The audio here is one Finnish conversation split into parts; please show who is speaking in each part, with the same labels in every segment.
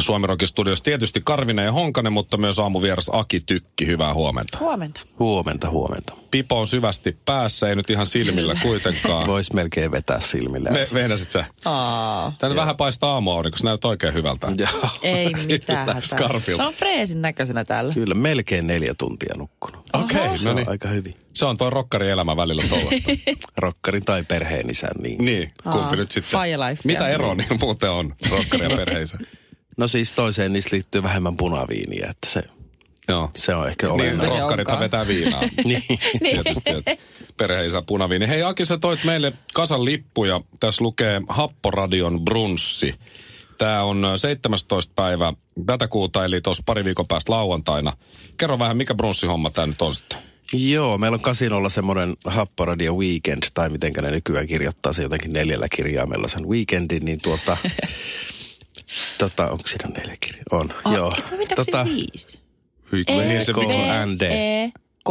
Speaker 1: Suomirokin studiossa tietysti Karvinen ja Honkanen, mutta myös aamuvieras Aki Tykki. Hyvää huomenta.
Speaker 2: Huomenta.
Speaker 3: Huomenta, huomenta.
Speaker 1: Pipo on syvästi päässä, ei nyt ihan silmillä kuitenkaan.
Speaker 3: Voisi melkein vetää silmillä.
Speaker 1: Me, meinasit sä?
Speaker 2: Aa,
Speaker 1: Tän vähän paistaa aamuaurinko, se näyttää oikein hyvältä.
Speaker 3: Joo,
Speaker 2: ei mitään
Speaker 1: Kyllä,
Speaker 2: hätää.
Speaker 1: skarpilta.
Speaker 2: Se on freesin näköisenä täällä.
Speaker 3: kyllä melkein neljä tuntia nukkunut.
Speaker 1: Okei,
Speaker 3: Se
Speaker 1: no
Speaker 3: on
Speaker 1: niin.
Speaker 3: aika hyvin.
Speaker 1: Se on toi rokkari elämä välillä tuollaista.
Speaker 3: Rokkarin tai perheen isän, niin.
Speaker 1: niin, kumpi
Speaker 2: Aa,
Speaker 1: nyt sitten.
Speaker 2: fire life
Speaker 1: Mitä
Speaker 2: vielä.
Speaker 1: eroa niillä muuten on, rokkari ja perheisä?
Speaker 3: No siis toiseen niistä liittyy vähemmän punaviiniä, että se,
Speaker 1: Joo.
Speaker 3: se on ehkä
Speaker 1: Niin,
Speaker 3: olennaista.
Speaker 2: se
Speaker 1: rokkarita
Speaker 2: onkaan.
Speaker 1: vetää viinaa.
Speaker 3: Niin.
Speaker 1: Tietysti, että perheisä punaviini. Hei Aki, sä toit meille kasan lippuja. Tässä lukee Happoradion brunssi. Tämä on ö, 17. päivä tätä kuuta, eli tuossa pari viikon päästä lauantaina. Kerro vähän, mikä brunssihomma tämä nyt on sitten?
Speaker 3: Joo, meillä on kasinolla semmoinen Happoradio Weekend, tai mitenkä ne nykyään kirjoittaa se jotenkin neljällä kirjaimella sen weekendin, niin tuota... tota, onko siinä neljä kirjaa? On,
Speaker 2: Aa,
Speaker 3: joo.
Speaker 2: ei, Mitä tota,
Speaker 3: tota,
Speaker 2: se viisi?
Speaker 1: Hykman. Niin se
Speaker 3: K-
Speaker 1: Big
Speaker 3: V-
Speaker 1: N.
Speaker 3: ND.
Speaker 2: E, K,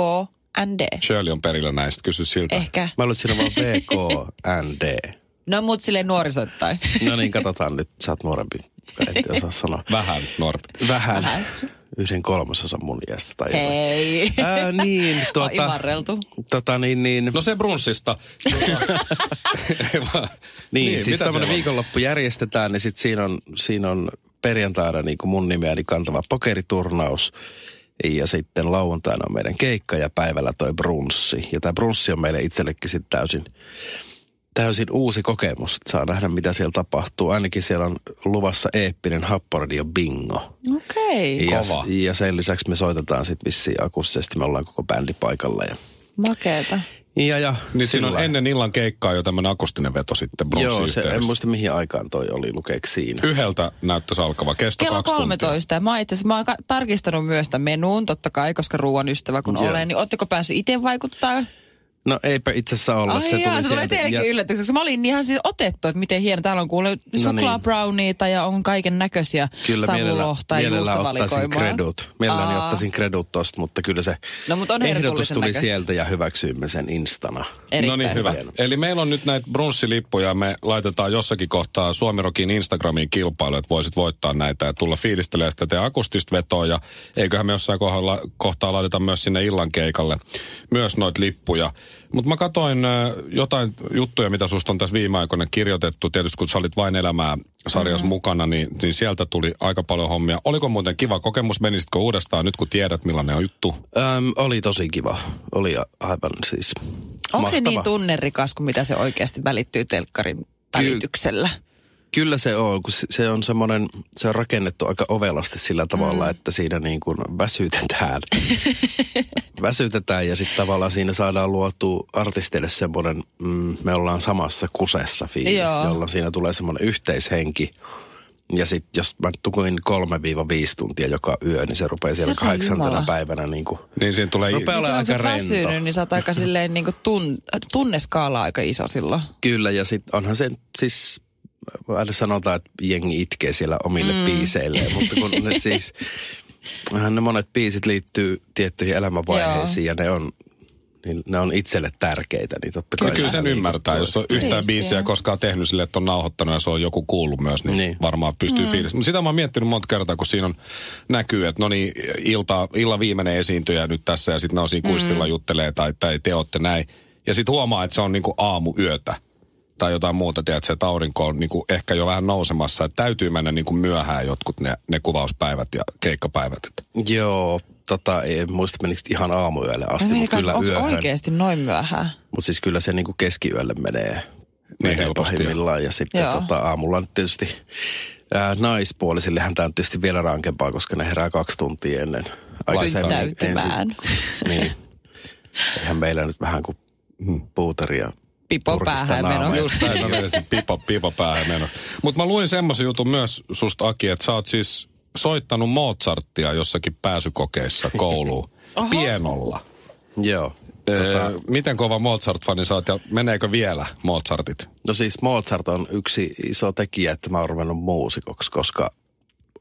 Speaker 2: ND.
Speaker 1: Shirley on perillä näistä, kysy siltä.
Speaker 2: Ehkä.
Speaker 3: Mä luulen, että siinä on vaan VKND.
Speaker 2: No mut silleen nuorisoittain.
Speaker 3: No niin, katsotaan nyt. Sä oot nuorempi. En osaa sanoa.
Speaker 1: Vähän nuorempi.
Speaker 3: Vähän.
Speaker 2: Vähän.
Speaker 3: Yhden kolmasosan mun iästä tai jotain.
Speaker 2: Hei.
Speaker 3: Ää, niin,
Speaker 2: Tuota,
Speaker 3: tuota,
Speaker 2: imarreltu.
Speaker 3: tota niin, niin,
Speaker 1: No se brunssista. Ei vaan.
Speaker 3: niin,
Speaker 1: mitä
Speaker 3: siis
Speaker 1: siellä
Speaker 3: tämmöinen
Speaker 1: on?
Speaker 3: viikonloppu järjestetään, niin sit siinä on, siinä on perjantaina niin kuin mun nimeäni kantava pokeriturnaus. Ja sitten lauantaina on meidän keikka ja päivällä toi brunssi. Ja tämä brunssi on meille itsellekin sitten täysin, täysin uusi kokemus. Et Saa nähdä, mitä siellä tapahtuu. Ainakin siellä on luvassa eeppinen happoradio bingo.
Speaker 2: Okei. Okay.
Speaker 3: Ja,
Speaker 1: Kova.
Speaker 3: ja sen lisäksi me soitetaan sitten vissiin akustisesti, me ollaan koko bändi paikalla. Ja,
Speaker 2: Makeeta.
Speaker 3: ja, ja
Speaker 1: Niin siinä on
Speaker 3: sillä-
Speaker 1: ennen illan keikkaa jo tämmöinen akustinen veto sitten brunssin
Speaker 3: Joo, se, en
Speaker 1: yhteydessä.
Speaker 3: muista mihin aikaan toi oli, lukeeko siinä.
Speaker 1: Yhdeltä näyttäisi alkava. Kesto
Speaker 2: Kello
Speaker 1: kaksi tuntia.
Speaker 2: 13. Ja Mä, oon itse asiassa, mä oon ka- tarkistanut myös tämän menuun, totta kai, koska ruoan ystävä kun
Speaker 3: Joo.
Speaker 2: olen. Niin ootteko päässyt itse vaikuttaa?
Speaker 3: No eipä itse asiassa olla.
Speaker 2: Ai
Speaker 3: että
Speaker 2: se jaa, se tulee
Speaker 3: sieltä-
Speaker 2: teillekin
Speaker 3: ja-
Speaker 2: yllätykseksi. koska Mä olin ihan siis otettu, että miten hieno. Täällä on kuule suklaabrowniita ja on kaiken näköisiä
Speaker 3: No niin. Kyllä
Speaker 2: savulohta ja
Speaker 3: mielellä, mielellä ottaisin
Speaker 2: juustovalikoimaa.
Speaker 3: kredut. Mielelläni
Speaker 2: Aa.
Speaker 3: ottaisin kredut tosta, mutta kyllä se
Speaker 2: No, mut on
Speaker 3: ehdotus
Speaker 2: herkullisen
Speaker 3: tuli
Speaker 2: näköistä.
Speaker 3: sieltä ja hyväksyimme sen instana.
Speaker 1: No
Speaker 2: Erittäin
Speaker 1: niin, hyvä. Eli meillä on nyt näitä brunssilippuja. Me laitetaan jossakin kohtaa Suomirokin Instagramiin kilpailu, että voisit voittaa näitä ja tulla fiilistelemään sitä teidän akustista vetoa. Ja eiköhän me jossain kohdalla, kohtaa laiteta myös sinne illan keikalle myös noita lippuja. Mutta mä katoin ö, jotain juttuja, mitä susta on tässä viime aikoina kirjoitettu. Tietysti kun sä olit vain elämää sarjassa mm-hmm. mukana, niin, niin sieltä tuli aika paljon hommia. Oliko muuten kiva kokemus? Menisitkö uudestaan nyt, kun tiedät millainen on juttu?
Speaker 3: Öm, oli tosi kiva. Oli a- aivan siis
Speaker 2: Onko se
Speaker 3: mahtava.
Speaker 2: niin tunnerikas kuin mitä se oikeasti välittyy telkkarin välityksellä? Niin
Speaker 3: Kyllä se on, kun se- se on semmoinen, se on rakennettu aika ovelasti sillä tavalla, mm. että siinä niin kuin väsytetään. väsytetään ja sitten tavallaan siinä saadaan luotua artisteille semmoinen, mm, me ollaan samassa kusessa fiilis,
Speaker 2: Joo.
Speaker 3: jolloin siinä tulee semmoinen yhteishenki. Ja sitten jos mä tukuin 3-5 tuntia joka yö, niin se rupeaa siellä
Speaker 2: Herra
Speaker 3: kahdeksantena
Speaker 2: Jumala.
Speaker 3: päivänä niin kuin,
Speaker 1: Niin siinä tulee...
Speaker 3: Rupeaa
Speaker 2: Niin
Speaker 3: ole
Speaker 2: silloin, kun
Speaker 3: aika
Speaker 2: sä oot
Speaker 3: rento.
Speaker 2: väsynyt, niin sä oot aika silleen niin kuin tun, tunneskaala aika iso silloin.
Speaker 3: Kyllä, ja sitten onhan se siis, aina sanotaan, että jengi itkee siellä omille mm. biiseille, mutta kun ne siis, onhan ne monet biisit liittyy tiettyihin elämänvaiheisiin ja ne on, niin ne on itselle tärkeitä, niin totta kai.
Speaker 1: No kyllä
Speaker 3: se
Speaker 1: sen
Speaker 3: niin
Speaker 1: ymmärtää,
Speaker 3: kuin-
Speaker 1: jos on yhtään
Speaker 2: Siistiä.
Speaker 1: biisiä koskaan tehnyt sille, että on nauhoittanut ja se on joku kuullut myös, niin, niin.
Speaker 3: Niin.
Speaker 1: varmaan pystyy mm. fiilistä. Mutta sitä mä oon miettinyt monta kertaa, kun siinä on, näkyy, että no niin, ilta, illa viimeinen esiintyjä nyt tässä ja sitten ne on siinä kuistilla mm. juttelee tai, tai te ootte näin. Ja sitten huomaa, että se on niinku aamuyötä tai jotain muuta, tiedätkö, että aurinko on niinku ehkä jo vähän nousemassa, että täytyy mennä niinku myöhään jotkut ne, ne kuvauspäivät ja keikkapäivät. Että
Speaker 3: Joo, tota, en muista menikö ihan aamuyölle asti, mutta kyllä
Speaker 2: Onko
Speaker 3: yöhön.
Speaker 2: oikeasti noin myöhään?
Speaker 3: Mutta siis kyllä se niinku keskiyölle menee, menee
Speaker 1: helposti,
Speaker 3: pahimmillaan. Ja sitten
Speaker 2: Joo.
Speaker 3: tota, aamulla nyt tietysti ää, naispuolisillehän tämä on tietysti vielä rankempaa, koska ne herää kaksi tuntia ennen. Aikaisemmin
Speaker 2: Täyttämään.
Speaker 3: niin. Eihän meillä nyt vähän kuin hmm, puutaria.
Speaker 2: Pipo
Speaker 3: Turkista
Speaker 2: päähän
Speaker 3: naamaa.
Speaker 2: menossa.
Speaker 1: Just näin, mä menin pipa, pipa päähän meno. Mutta mä luin semmoisen jutun myös susta, Aki, että sä oot siis soittanut Mozartia jossakin pääsykokeissa kouluun. Pienolla.
Speaker 3: Joo.
Speaker 1: Tota... Miten kova Mozart-fani sä oot ja meneekö vielä Mozartit?
Speaker 3: No siis Mozart on yksi iso tekijä, että mä oon ruvennut muusikoksi, koska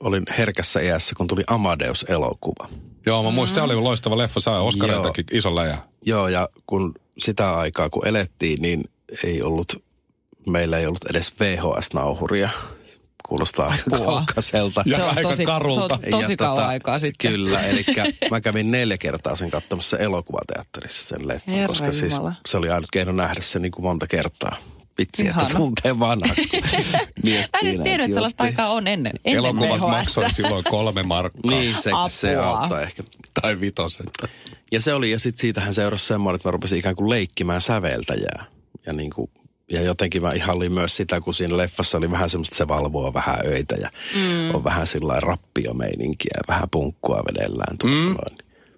Speaker 3: olin herkässä iässä, kun tuli Amadeus-elokuva.
Speaker 1: Joo, mä muistan, se oli loistava leffa, saa Oscareitakin isolla ja...
Speaker 3: Joo, ja kun sitä aikaa, kun elettiin, niin ei ollut, meillä ei ollut edes VHS-nauhuria. Kuulostaa aika
Speaker 2: Apua.
Speaker 3: kaukaiselta.
Speaker 1: Ja
Speaker 2: se on
Speaker 1: aika
Speaker 2: tosi,
Speaker 1: karulta.
Speaker 2: Se on tosi kauan aikaa sitten.
Speaker 3: tota, Kyllä, eli mä kävin neljä kertaa sen katsomassa elokuvateatterissa sen leffan,
Speaker 2: Herra
Speaker 3: koska siis
Speaker 2: Jumala.
Speaker 3: se oli ainut keino nähdä se niin kuin monta kertaa. Vitsi, Ihana. että
Speaker 2: Ihana.
Speaker 3: tuntee vanhaksi. kun
Speaker 2: Mä
Speaker 3: miettii
Speaker 2: en edes
Speaker 3: näitä
Speaker 2: tiennyt, että sellaista
Speaker 3: juttuja.
Speaker 2: aikaa on ennen. ennen
Speaker 1: Elokuvat
Speaker 2: VHS.
Speaker 1: maksoi silloin kolme markkaa.
Speaker 3: Niin, se, se
Speaker 2: Apua.
Speaker 3: auttaa ehkä.
Speaker 1: Tai vitosen.
Speaker 3: Ja se oli, ja sitten siitähän seurasi semmoinen, että mä rupesin ikään kuin leikkimään säveltäjää. Ja, niin kuin, ja jotenkin mä ihailin myös sitä, kun siinä leffassa oli vähän semmoista, että se valvoo vähän öitä ja mm. on vähän sillä lailla rappiomeininkiä ja vähän punkkua vedellään. Mm.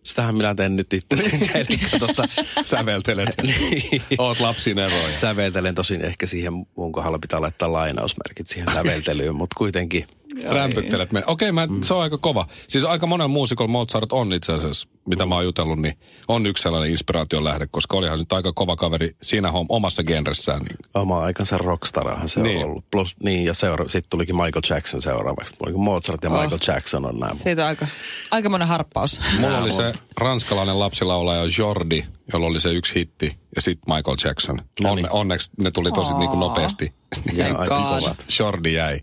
Speaker 3: Sitähän minä teen nyt itse siinä, eli tota,
Speaker 1: Säveltelet.
Speaker 3: niin.
Speaker 1: Oot lapsin eroja.
Speaker 3: säveltelen tosin ehkä siihen, mun kohdalla pitää laittaa lainausmerkit siihen säveltelyyn, mutta kuitenkin.
Speaker 1: Rämpyttelet me. Okei, okay, mm. se on aika kova. Siis aika monen muusikon Mozart on itse asiassa, mitä mä oon jutellut, niin on yksi sellainen inspiraation lähde, koska olihan nyt aika kova kaveri siinä hom- omassa genressään. Niin.
Speaker 3: Oma aikansa rockstarahan se niin.
Speaker 1: Niin.
Speaker 3: on ollut. Plus, niin, ja seura- sitten tulikin Michael Jackson seuraavaksi. Tuli Mozart ja
Speaker 2: Oh.
Speaker 3: Michael Jackson on nämä.
Speaker 2: Siitä on aika, aikamoinen harppaus.
Speaker 1: Mulla oli se ranskalainen lapsilaulaja Jordi, jolla oli se yksi hitti, ja sitten Michael Jackson.
Speaker 3: No
Speaker 1: On,
Speaker 3: niin.
Speaker 1: onneksi ne tuli tosi niin kuin nopeasti.
Speaker 3: Ja
Speaker 2: Thank
Speaker 3: aika
Speaker 2: God.
Speaker 3: kovat.
Speaker 1: Jordi jäi.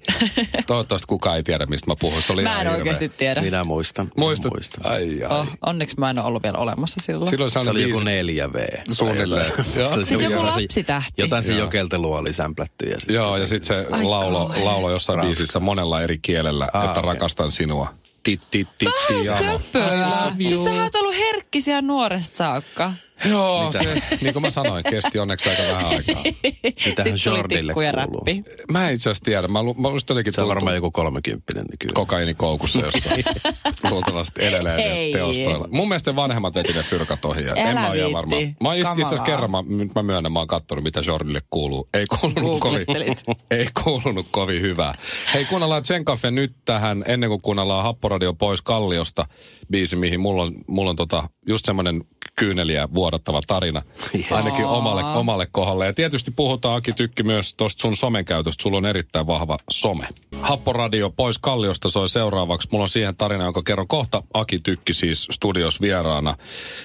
Speaker 1: Toivottavasti kukaan ei tiedä, mistä mä puhun. Se oli
Speaker 2: Mä
Speaker 1: ihan
Speaker 2: en
Speaker 1: hirveä.
Speaker 2: oikeasti tiedä.
Speaker 3: Minä muistan.
Speaker 1: Muistat? Äh,
Speaker 3: Muistan.
Speaker 1: Ai, ai.
Speaker 2: Oh, onneksi mä en ole ollut vielä olemassa silloin.
Speaker 1: Silloin
Speaker 3: Ah. Se oli joku
Speaker 1: biisi-
Speaker 3: 4V.
Speaker 1: Suunnilleen. Joo.
Speaker 3: Sitä-
Speaker 2: Siis joku
Speaker 3: jotain-
Speaker 2: lapsitähti.
Speaker 3: Jotain se
Speaker 1: Joo.
Speaker 3: jokeltelua oli sämplätty. Ja sit
Speaker 1: Joo, ja sitten se
Speaker 2: Ai
Speaker 1: laulo,
Speaker 2: kauhean.
Speaker 1: laulo jossain Ranska. biisissä monella eri kielellä,
Speaker 3: Ah,
Speaker 1: ah, että
Speaker 3: okei.
Speaker 1: okay. rakastan sinua. Tit, tit, tit,
Speaker 2: Vähän
Speaker 1: piano.
Speaker 2: söpöä. Siis sähän oot ollut herkkisiä nuoresta saakka.
Speaker 1: Joo, se, niin kuin mä sanoin, kesti onneksi aika vähän aikaa.
Speaker 3: Mitähän
Speaker 2: Sitten tuli
Speaker 3: Jordille
Speaker 2: tikku ja
Speaker 3: kuuluu?
Speaker 2: räppi.
Speaker 1: Mä en itse asiassa tiedä, mä, lu, mä luulen, että jotenkin
Speaker 3: Se on varmaan
Speaker 1: tullut
Speaker 3: joku kolmekymppinen nykyään.
Speaker 1: kokainikoukussa jostain. Luultavasti edelleen
Speaker 2: Ei.
Speaker 1: teostoilla. Mun mielestä vanhemmat veti ne fyrkat ohi. ja
Speaker 2: Älä
Speaker 1: En mä ole ihan
Speaker 2: viitti.
Speaker 1: varma. Mä oon itse itse asiassa
Speaker 2: Kamalaa.
Speaker 1: kerran, mä, nyt mä myönnän, mä oon kattonut, mitä Jordille kuuluu. Ei kuulunut kovin,
Speaker 2: Googlettelit.
Speaker 1: ei kuulunut kovin hyvää. Hei, kuunnellaan Tsenkafe nyt tähän, ennen kuin kuunnellaan Happoradio pois Kalliosta, biisi, mihin mulla on, mulla on tota, just semmoinen kyyneliä vuodattava tarina.
Speaker 3: Yes.
Speaker 1: Ainakin omalle, omalle kohdalle. Ja tietysti puhutaan Aki Tykki myös tuosta sun somen käytöstä. Sulla on erittäin vahva some. Happoradio pois Kalliosta soi seuraavaksi. Mulla on siihen tarina, jonka kerron kohta. Aki Tykki siis studios vieraana.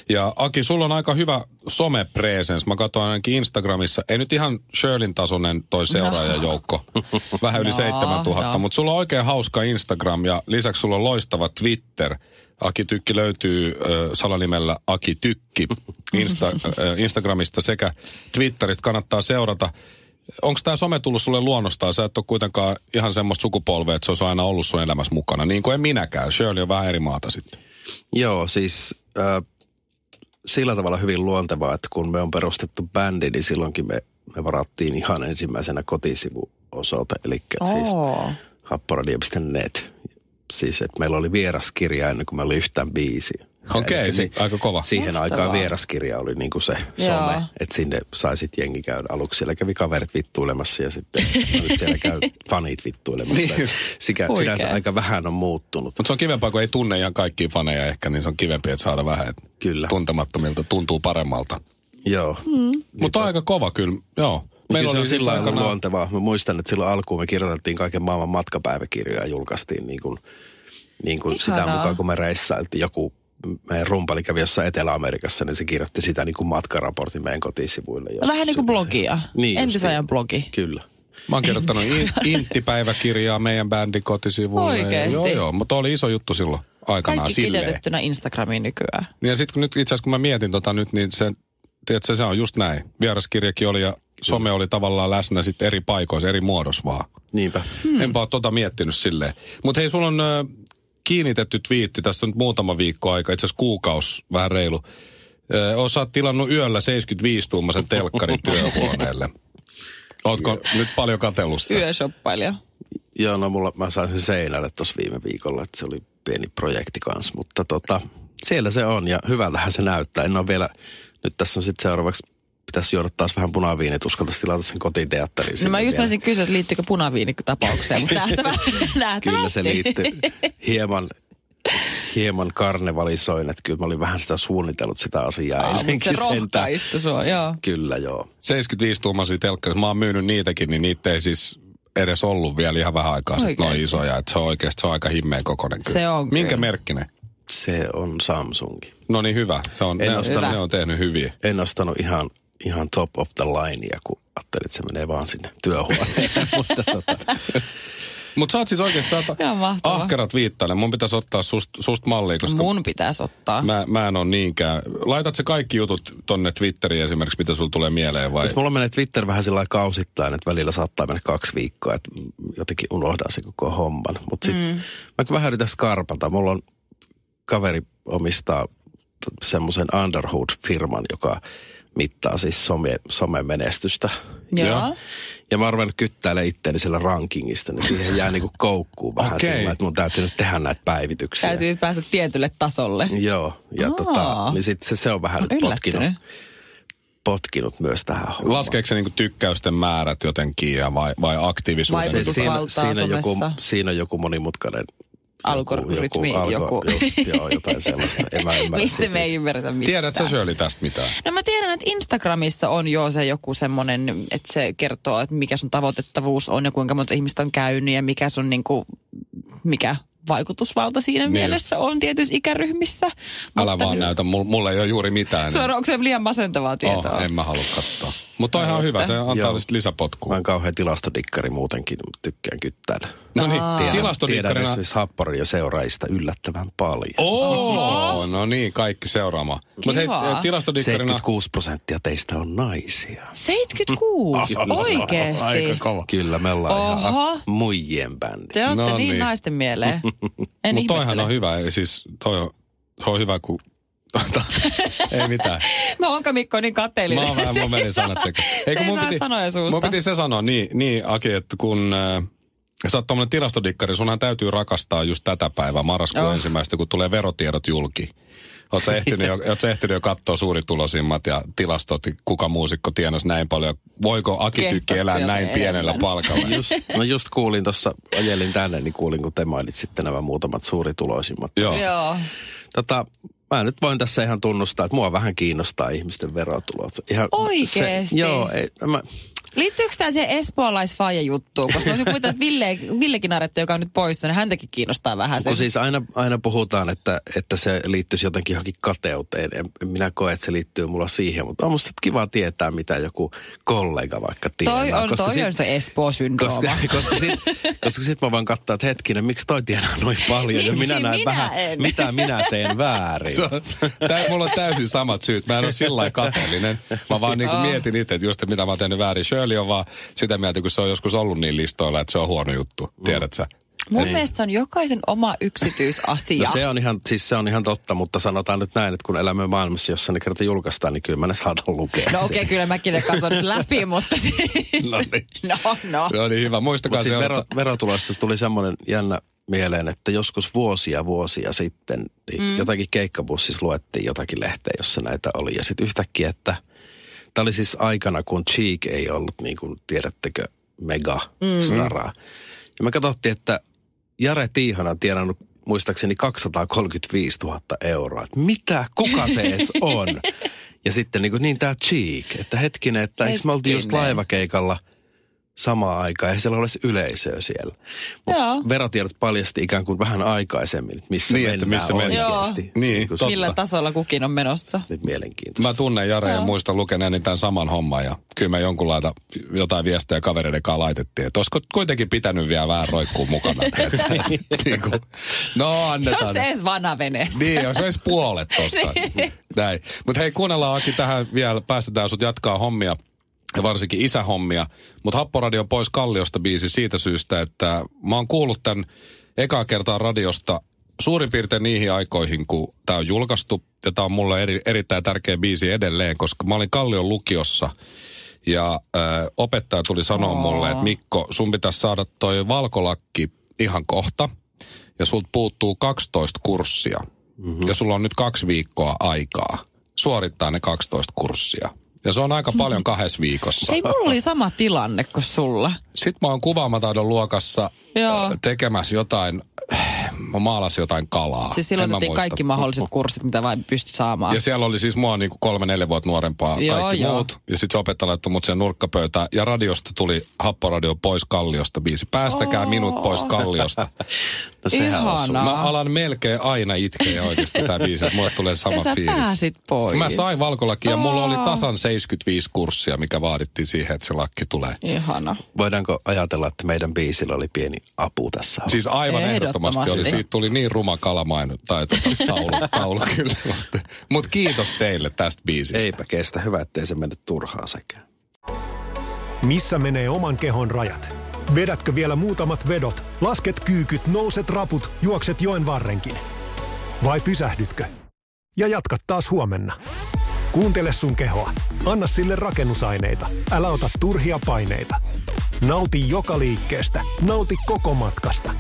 Speaker 1: Ja Aki, sulla on aika hyvä somepresens. Mä katsoin ainakin Instagramissa. Ei nyt ihan Shirlin tasoinen toi seuraajajoukko. Vähän yli
Speaker 2: No,
Speaker 1: 7000,
Speaker 2: no.
Speaker 1: mutta sulla on oikein hauska Instagram ja lisäksi sulla on loistava Twitter. Aki Tykki löytyy ö, salanimellä Aki Tykki Insta, ö, Instagramista sekä Twitteristä. Kannattaa seurata. Onko tämä some tullut sulle luonnostaan? Sä et ole kuitenkaan ihan semmoista sukupolvea, että se olisi aina ollut sun elämässä mukana. Niin kuin en minäkään. Shirley on vähän eri maata sitten.
Speaker 3: Joo, siis äh, sillä tavalla hyvin luontevaa, että kun me on perustettu bändi, niin silloinkin me, me varattiin ihan ensimmäisenä kotisivuosoite, eli siis
Speaker 2: Oo.
Speaker 3: happoradio.net. Siis, että meillä oli vieraskirja ennen kuin meillä oli yhtään biisiä.
Speaker 1: Okei,
Speaker 3: Eli
Speaker 1: niin, aika kova.
Speaker 3: Siihen
Speaker 2: Mahtavaa.
Speaker 3: aikaan vieraskirja oli niin kuin se
Speaker 2: Joo.
Speaker 3: some, että sinne sai sitten jengi käydä aluksi. Siellä kävi kaverit vittuilemassa ja sitten no nyt siellä käy fanit vittuilemassa.
Speaker 1: Niin just.
Speaker 3: Sikä,
Speaker 2: Huikea.
Speaker 3: sinänsä aika vähän on muuttunut.
Speaker 1: Mutta se on kivempaa, kun ei tunne ihan kaikkia faneja ehkä, niin se on kivempi, että saada vähän. että
Speaker 3: Kyllä.
Speaker 1: Tuntemattomilta tuntuu paremmalta.
Speaker 3: Joo.
Speaker 2: Hmm.
Speaker 1: Mutta on aika kova kyllä, joo.
Speaker 3: Meillä kyllä se on
Speaker 1: siis
Speaker 3: sillä lailla ollut
Speaker 1: aikanaan-
Speaker 3: luontevaa. Mä muistan, että silloin alkuun me kirjoitettiin kaiken maailman matkapäiväkirjoja ja julkaistiin niin kuin, niin kuin sitä
Speaker 2: Ihanaa.
Speaker 3: mukaan, kun me reissailtiin. Joku meidän rumpali kävi jossain Etelä-Amerikassa, niin se kirjoitti sitä niin kuin matkaraportin meidän kotisivuille. joskus.
Speaker 2: Vähän niin kuin blogia.
Speaker 3: Niin, just
Speaker 2: Entisajan
Speaker 3: niin.
Speaker 2: blogi.
Speaker 3: Kyllä.
Speaker 1: Mä oon kirjoittanut in, Intti-päiväkirjaa meidän bändin kotisivuille.
Speaker 2: Oikeesti?
Speaker 1: Joo, joo, mutta oli iso juttu silloin aikanaan
Speaker 2: Kaikki
Speaker 1: silleen.
Speaker 2: kiteytettynä Instagramiin nykyään.
Speaker 1: Niin ja sitten kun nyt itse asiassa kun mä mietin tota nyt, niin se, tiedätkö, se on just näin. Vieraskirjakin oli ja some oli tavallaan läsnä sitten eri paikoissa, eri muodossa vaan.
Speaker 3: Niinpä.
Speaker 1: Hmm. Enpä ole tota miettinyt silleen. Mutta hei, sulla on ö, kiinnitetty twiitti, tästä on nyt muutama viikko aika, itse asiassa kuukaus, vähän reilu. Ö, oot- sä oot tilannut yöllä 75-tuumaisen telkkarin työhuoneelle. Ootko nyt paljon katellusta?
Speaker 2: Yöshoppailija.
Speaker 3: Joo, no mulla, mä sain sen seinälle tuossa viime viikolla, että se oli pieni projekti kanssa, mutta tota, siellä se on ja hyvältähän se näyttää. En ole vielä, nyt tässä on sitten seuraavaksi, pitäisi juoda taas vähän punaviinit, uskaltaisi tilata sen kotiteatteriin.
Speaker 2: No
Speaker 3: sinne
Speaker 2: mä just
Speaker 3: vielä.
Speaker 2: menisin kysyä, että liittyykö punaviini tapaukseen, mutta nähtävä, nähtävästi.
Speaker 3: Kyllä se liittyy hieman, hieman karnevalisoin, että kyllä mä olin vähän sitä suunnitellut sitä asiaa
Speaker 2: Aa, mutta se
Speaker 3: eilenkin sentään.
Speaker 2: rohkaista sua, joo.
Speaker 3: Kyllä joo.
Speaker 1: 75-tuumaisia telkkarissa. Mä oon myynyt niitäkin, niin niitä ei siis edes ollut vielä ihan vähän aikaa sitten
Speaker 2: Oikein.
Speaker 1: noin isoja. Että se on oikeasti se on aika himmeä kokoinen kyllä.
Speaker 2: Se on
Speaker 1: Minkä
Speaker 2: kyllä.
Speaker 1: merkkinen?
Speaker 3: Se on Samsung.
Speaker 1: No niin hyvä. Se on,
Speaker 3: En
Speaker 1: ne, on,
Speaker 3: ostanut.
Speaker 1: ne on tehnyt hyviä.
Speaker 3: En ostanut ihan, ihan top of the linea, kun ajattelin, että se menee vaan sinne työhuoneen. Mutta tota,
Speaker 1: Mutta sä oot siis oikeastaan ta-
Speaker 2: Ihan mahtavaa.
Speaker 1: ahkerat viittainen. Mun pitäisi ottaa sust, sust mallia, koska
Speaker 2: Mun pitäisi ottaa.
Speaker 1: mä, mä en ole niinkään. Laitat se kaikki jutut tonne Twitteriin esimerkiksi, mitä sulla tulee mieleen vai?
Speaker 3: jos Siis mulla menee Twitter vähän sillä lailla kausittain, että välillä saattaa mennä kaksi viikkoa, että jotenkin unohdan se koko homman. Mutta sitten mm. mä vähän yritän skarpata. Mulla on kaveri omistaa t- semmoisen Underhood-firman, joka mittaa siis some, somemenestystä.
Speaker 2: Joo.
Speaker 3: Ja mä arvoin kyttäilemään itteeni siellä rankingista, niin siihen jää niinku koukkuun vähän
Speaker 1: Okei.
Speaker 3: okay. sillä, että mun täytyy nyt tehdä näitä päivityksiä.
Speaker 2: Täytyy päästä tietylle tasolle.
Speaker 3: Joo, ja
Speaker 2: Aa.
Speaker 3: tota, niin sit se, se on vähän nyt Niin, potkinut,
Speaker 2: Yllättynyt.
Speaker 3: potkinut myös tähän hommaan.
Speaker 1: Laskeeko se niinku tykkäysten määrät jotenkin ja vai, vai aktiivisuuden?
Speaker 3: se, siinä,
Speaker 2: vaikutusvaltaa
Speaker 3: siinä, joku,
Speaker 2: somessa.
Speaker 3: siinä on joku monimutkainen
Speaker 2: Algoritmi
Speaker 3: joku.
Speaker 2: joku.
Speaker 3: just, joo, jotain sellaista. En mä ymmärrä
Speaker 2: Mistä
Speaker 3: sitä.
Speaker 2: me ei ymmärretä mitään.
Speaker 1: Tiedät sä Shirley tästä mitään?
Speaker 2: No mä tiedän, että Instagramissa on jo se joku semmoinen, että se kertoo, että mikä sun tavoitettavuus on ja kuinka monta ihmistä on käynyt ja mikä sun niinku, mikä vaikutusvalta siinä
Speaker 1: Niin.
Speaker 2: niin. mielessä on tietyissä ikäryhmissä.
Speaker 1: Älä vaan näytä, mulla, mulla ei ole juuri mitään.
Speaker 2: Suoraan, onko se liian masentavaa tietoa?
Speaker 1: Oh, en mä halua katsoa. Mutta toihan on hyvä, se antaa
Speaker 3: Joo.
Speaker 1: sit lisäpotkua.
Speaker 3: Mä oon kauhean tilastodikkari muutenkin, mutta tykkään kyttäillä.
Speaker 1: No niin,
Speaker 3: Tiedän- Tiedän
Speaker 1: tilastodikkarina.
Speaker 3: esimerkiksi Happarin ja seuraajista yllättävän paljon.
Speaker 1: Oo, no niin, kaikki seuraamaan. Mutta hei,
Speaker 2: Kiva.
Speaker 1: tilastodikkarina.
Speaker 3: 76 prosenttia teistä on naisia.
Speaker 2: 76, oikeesti.
Speaker 1: Aika kova.
Speaker 3: Kyllä, me ollaan
Speaker 2: Oho.
Speaker 3: ihan ak- muijien bändi.
Speaker 2: Te olette
Speaker 1: No
Speaker 2: no niin,
Speaker 1: niin.
Speaker 2: niin naisten mieleen. En
Speaker 1: Mutta toihan
Speaker 2: ihmettele.
Speaker 1: on hyvä, ei siis toi on, toi on hyvä, kun... ei mitään.
Speaker 2: Mä oonko Mikko niin kateellinen?
Speaker 1: Mä oon vähän,
Speaker 2: Se
Speaker 1: mun meni
Speaker 2: saa-
Speaker 1: sanat sekä.
Speaker 2: se ei saa sanoja suusta.
Speaker 1: mun piti se sanoa niin, niin Aki, että kun äh, sä oot tommonen tilastodikkari, sunhan täytyy rakastaa just tätä päivää marraskuun oh.
Speaker 2: Joo.
Speaker 1: ensimmäistä, kun tulee verotiedot julki. Oot sä ehtinyt jo, oot sä ehtinyt jo katsoa suurituloisimmat ja tilastot, kuka muusikko tienasi näin paljon. Voiko Aki
Speaker 2: Kehtas
Speaker 1: Tykki elää
Speaker 2: tilanne
Speaker 1: näin pienellä
Speaker 2: enemmän.
Speaker 1: palkalla?
Speaker 3: Just, mä just kuulin tuossa, ajelin tänne, niin kuulin, kun te mainitsitte nämä muutamat suurituloisimmat.
Speaker 1: Joo.
Speaker 2: Joo.
Speaker 3: Tota, mä nyt voin tässä ihan tunnustaa, että mua vähän kiinnostaa ihmisten verotulot. Ihan
Speaker 2: Oikeesti?
Speaker 3: Se, joo, ei, mä,
Speaker 2: Liittyykö tämä siihen espoolaisfaaja juttuun? Koska olisin kuvitellut, että Ville, Villekin Aretta, joka on nyt poissa, niin häntäkin kiinnostaa vähän se.
Speaker 3: kun siis aina, aina puhutaan, että, että se liittyisi jotenkin johonkin kateuteen. En, en minä koe, että se liittyy mulla siihen, mutta on musta kiva tietää, mitä joku kollega vaikka tietää.
Speaker 2: toi on, toi on se Espoo-syndrooma.
Speaker 3: koska, koska, sit, koska sit mä vaan katsoin, että hetkinen, miksi toi tienaa noin paljon ja
Speaker 2: Miksi
Speaker 3: minä näin
Speaker 2: minä
Speaker 3: vähän,
Speaker 2: en?
Speaker 3: mitä minä teen väärin.
Speaker 1: Se on, tää, mulla on täysin samat syyt. Mä en ole sillä lailla kateellinen. Mä vaan niinku mietin itse, että just että mitä mä oon tehnyt väärin. Shirley on vaan sitä mieltä, kun se on joskus ollut niin listoilla, että se on huono juttu. Tiedät sä?
Speaker 2: Mun
Speaker 1: Niin.
Speaker 2: mielestä se on jokaisen oma yksityisasia.
Speaker 3: No se on, ihan, siis se on ihan totta, mutta sanotaan nyt näin, että kun elämme maailmassa, jossa ne kerta julkaistaan, niin kyllä mä ne saatan lukea.
Speaker 2: No okei, okay, kyllä mäkin ne katson nyt läpi, mutta siis...
Speaker 1: No niin.
Speaker 2: No, no.
Speaker 1: No niin, hyvä. Muistakaa
Speaker 3: Mutta
Speaker 1: se
Speaker 3: siitä vero,
Speaker 1: vero...
Speaker 3: verotulossa tuli semmoinen jännä mieleen, että joskus vuosia vuosia sitten niin mm. jotakin keikkabussissa luettiin jotakin lehteä, jossa näitä oli. Ja sitten yhtäkkiä, että tämä oli siis aikana, kun Cheek ei ollut niin kuin tiedättekö mega staraa. Ja me katsottiin, että Jare Tiihana on tienannut muistaakseni 235 000 euroa. Et mitä? Kuka se edes on? Ja sitten niin, kuin, niin tämä Cheek, että hetkinen, että eikö me oltiin just
Speaker 2: Hetkinen.
Speaker 3: laivakeikalla – samaan aikaan. Ei siellä ole edes yleisöä siellä. Mut
Speaker 2: Joo.
Speaker 3: verotiedot paljasti ikään kuin vähän aikaisemmin, että missä
Speaker 1: Niin,
Speaker 3: niin,
Speaker 1: että
Speaker 3: mennään
Speaker 1: missä
Speaker 3: missä
Speaker 1: mennään.
Speaker 3: oikeasti.
Speaker 1: Joo. Niin,
Speaker 3: kuin
Speaker 1: totta.
Speaker 2: Millä tasolla kukin on menossa.
Speaker 3: se- Nyt mielenkiintoista.
Speaker 1: Mä tunnen Jare ja
Speaker 2: Joo.
Speaker 1: muistan lukeneeni tämän saman homman ja kyllä me jonkun laita jotain viestejä kavereiden kanssa laitettiin, että olisiko kuitenkin pitänyt vielä vähän roikkuu mukana. Et sä- niin kuin, no
Speaker 2: Jos
Speaker 1: annetaan.
Speaker 2: se edes vanhaveneessä.
Speaker 1: Niin, jos edes puolet tosta. Näin. Mutta hei, kuunnellaan Aki tähän vielä. Päästetään sut jatkaa hommia ja varsinkin isähommia. Mutta Happoradio pois Kalliosta biisi siitä syystä, että mä oon kuullut tämän ekaa kertaa radiosta suurin piirtein niihin aikoihin, kun tämä on julkaistu. Ja tämä on mulle eri, erittäin tärkeä biisi edelleen, koska mä olin Kallion lukiossa. Ja ö, opettaja tuli sanoa
Speaker 2: Oo.
Speaker 1: mulle, että Mikko, sun pitäisi saada toi valkolakki ihan kohta. Ja sulta puuttuu 12 kurssia.
Speaker 2: Mhm.
Speaker 1: Mm-hmm. Ja sulla on nyt kaksi viikkoa aikaa suorittaa ne 12 kurssia. Ja se on aika paljon kahdessa viikossa.
Speaker 2: Ei, mulla oli sama tilanne kuin sulla.
Speaker 1: Sitten mä oon kuvaamataidon luokassa
Speaker 2: Joo.
Speaker 1: ö, tekemässä jotain, mä maalasin jotain kalaa.
Speaker 2: Siis silloin
Speaker 1: En mä
Speaker 2: otettiin
Speaker 1: muista.
Speaker 2: kaikki mahdolliset kurssit, mitä vain pystyt saamaan.
Speaker 1: Ja siellä oli siis mua niin kuin kolme, neljä vuotta nuorempaa
Speaker 2: Ah. Joo,
Speaker 1: kaikki
Speaker 2: joo.
Speaker 1: muut. Ja sitten se opettaja laittoi mut sen nurkkapöytään. Ja radiosta tuli happoradio pois kalliosta biisi. Päästäkää minut pois kalliosta.
Speaker 3: No sehän on sun.
Speaker 2: Ihanaa.
Speaker 1: Mä alan melkein aina itkeä oikeasti tää biisi. että Mulle tulee sama
Speaker 2: ja sä
Speaker 1: fiilis.
Speaker 2: pääsit pois.
Speaker 1: Mä sain valkolakin ja mulla oli
Speaker 2: Aa.
Speaker 1: tasan 75 kurssia, mikä vaadittiin siihen, että se lakki tulee.
Speaker 2: Ihana.
Speaker 3: Voidaanko ajatella, että meidän biisillä oli pieni apu tässä?
Speaker 1: Siis aivan ehdottomasti,
Speaker 2: Ehdottomasti.
Speaker 1: oli. Siitä tuli niin ruma kalamainu tai tuota, taulu, taulu kyllä. Mutta kiitos teille tästä biisistä.
Speaker 3: Eipä kestä. Hyvä, ettei se mennyt turhaan sekään.
Speaker 4: Missä menee oman kehon rajat? Vedätkö vielä muutamat vedot? Lasket kyykyt, nouset raput, juokset joen varrenkin. Vai pysähdytkö? Ja jatka taas huomenna. Kuuntele sun kehoa. Anna sille rakennusaineita. Älä ota turhia paineita. Nauti joka liikkeestä. Nauti koko matkasta.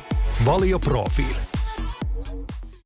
Speaker 4: Valio Profiili.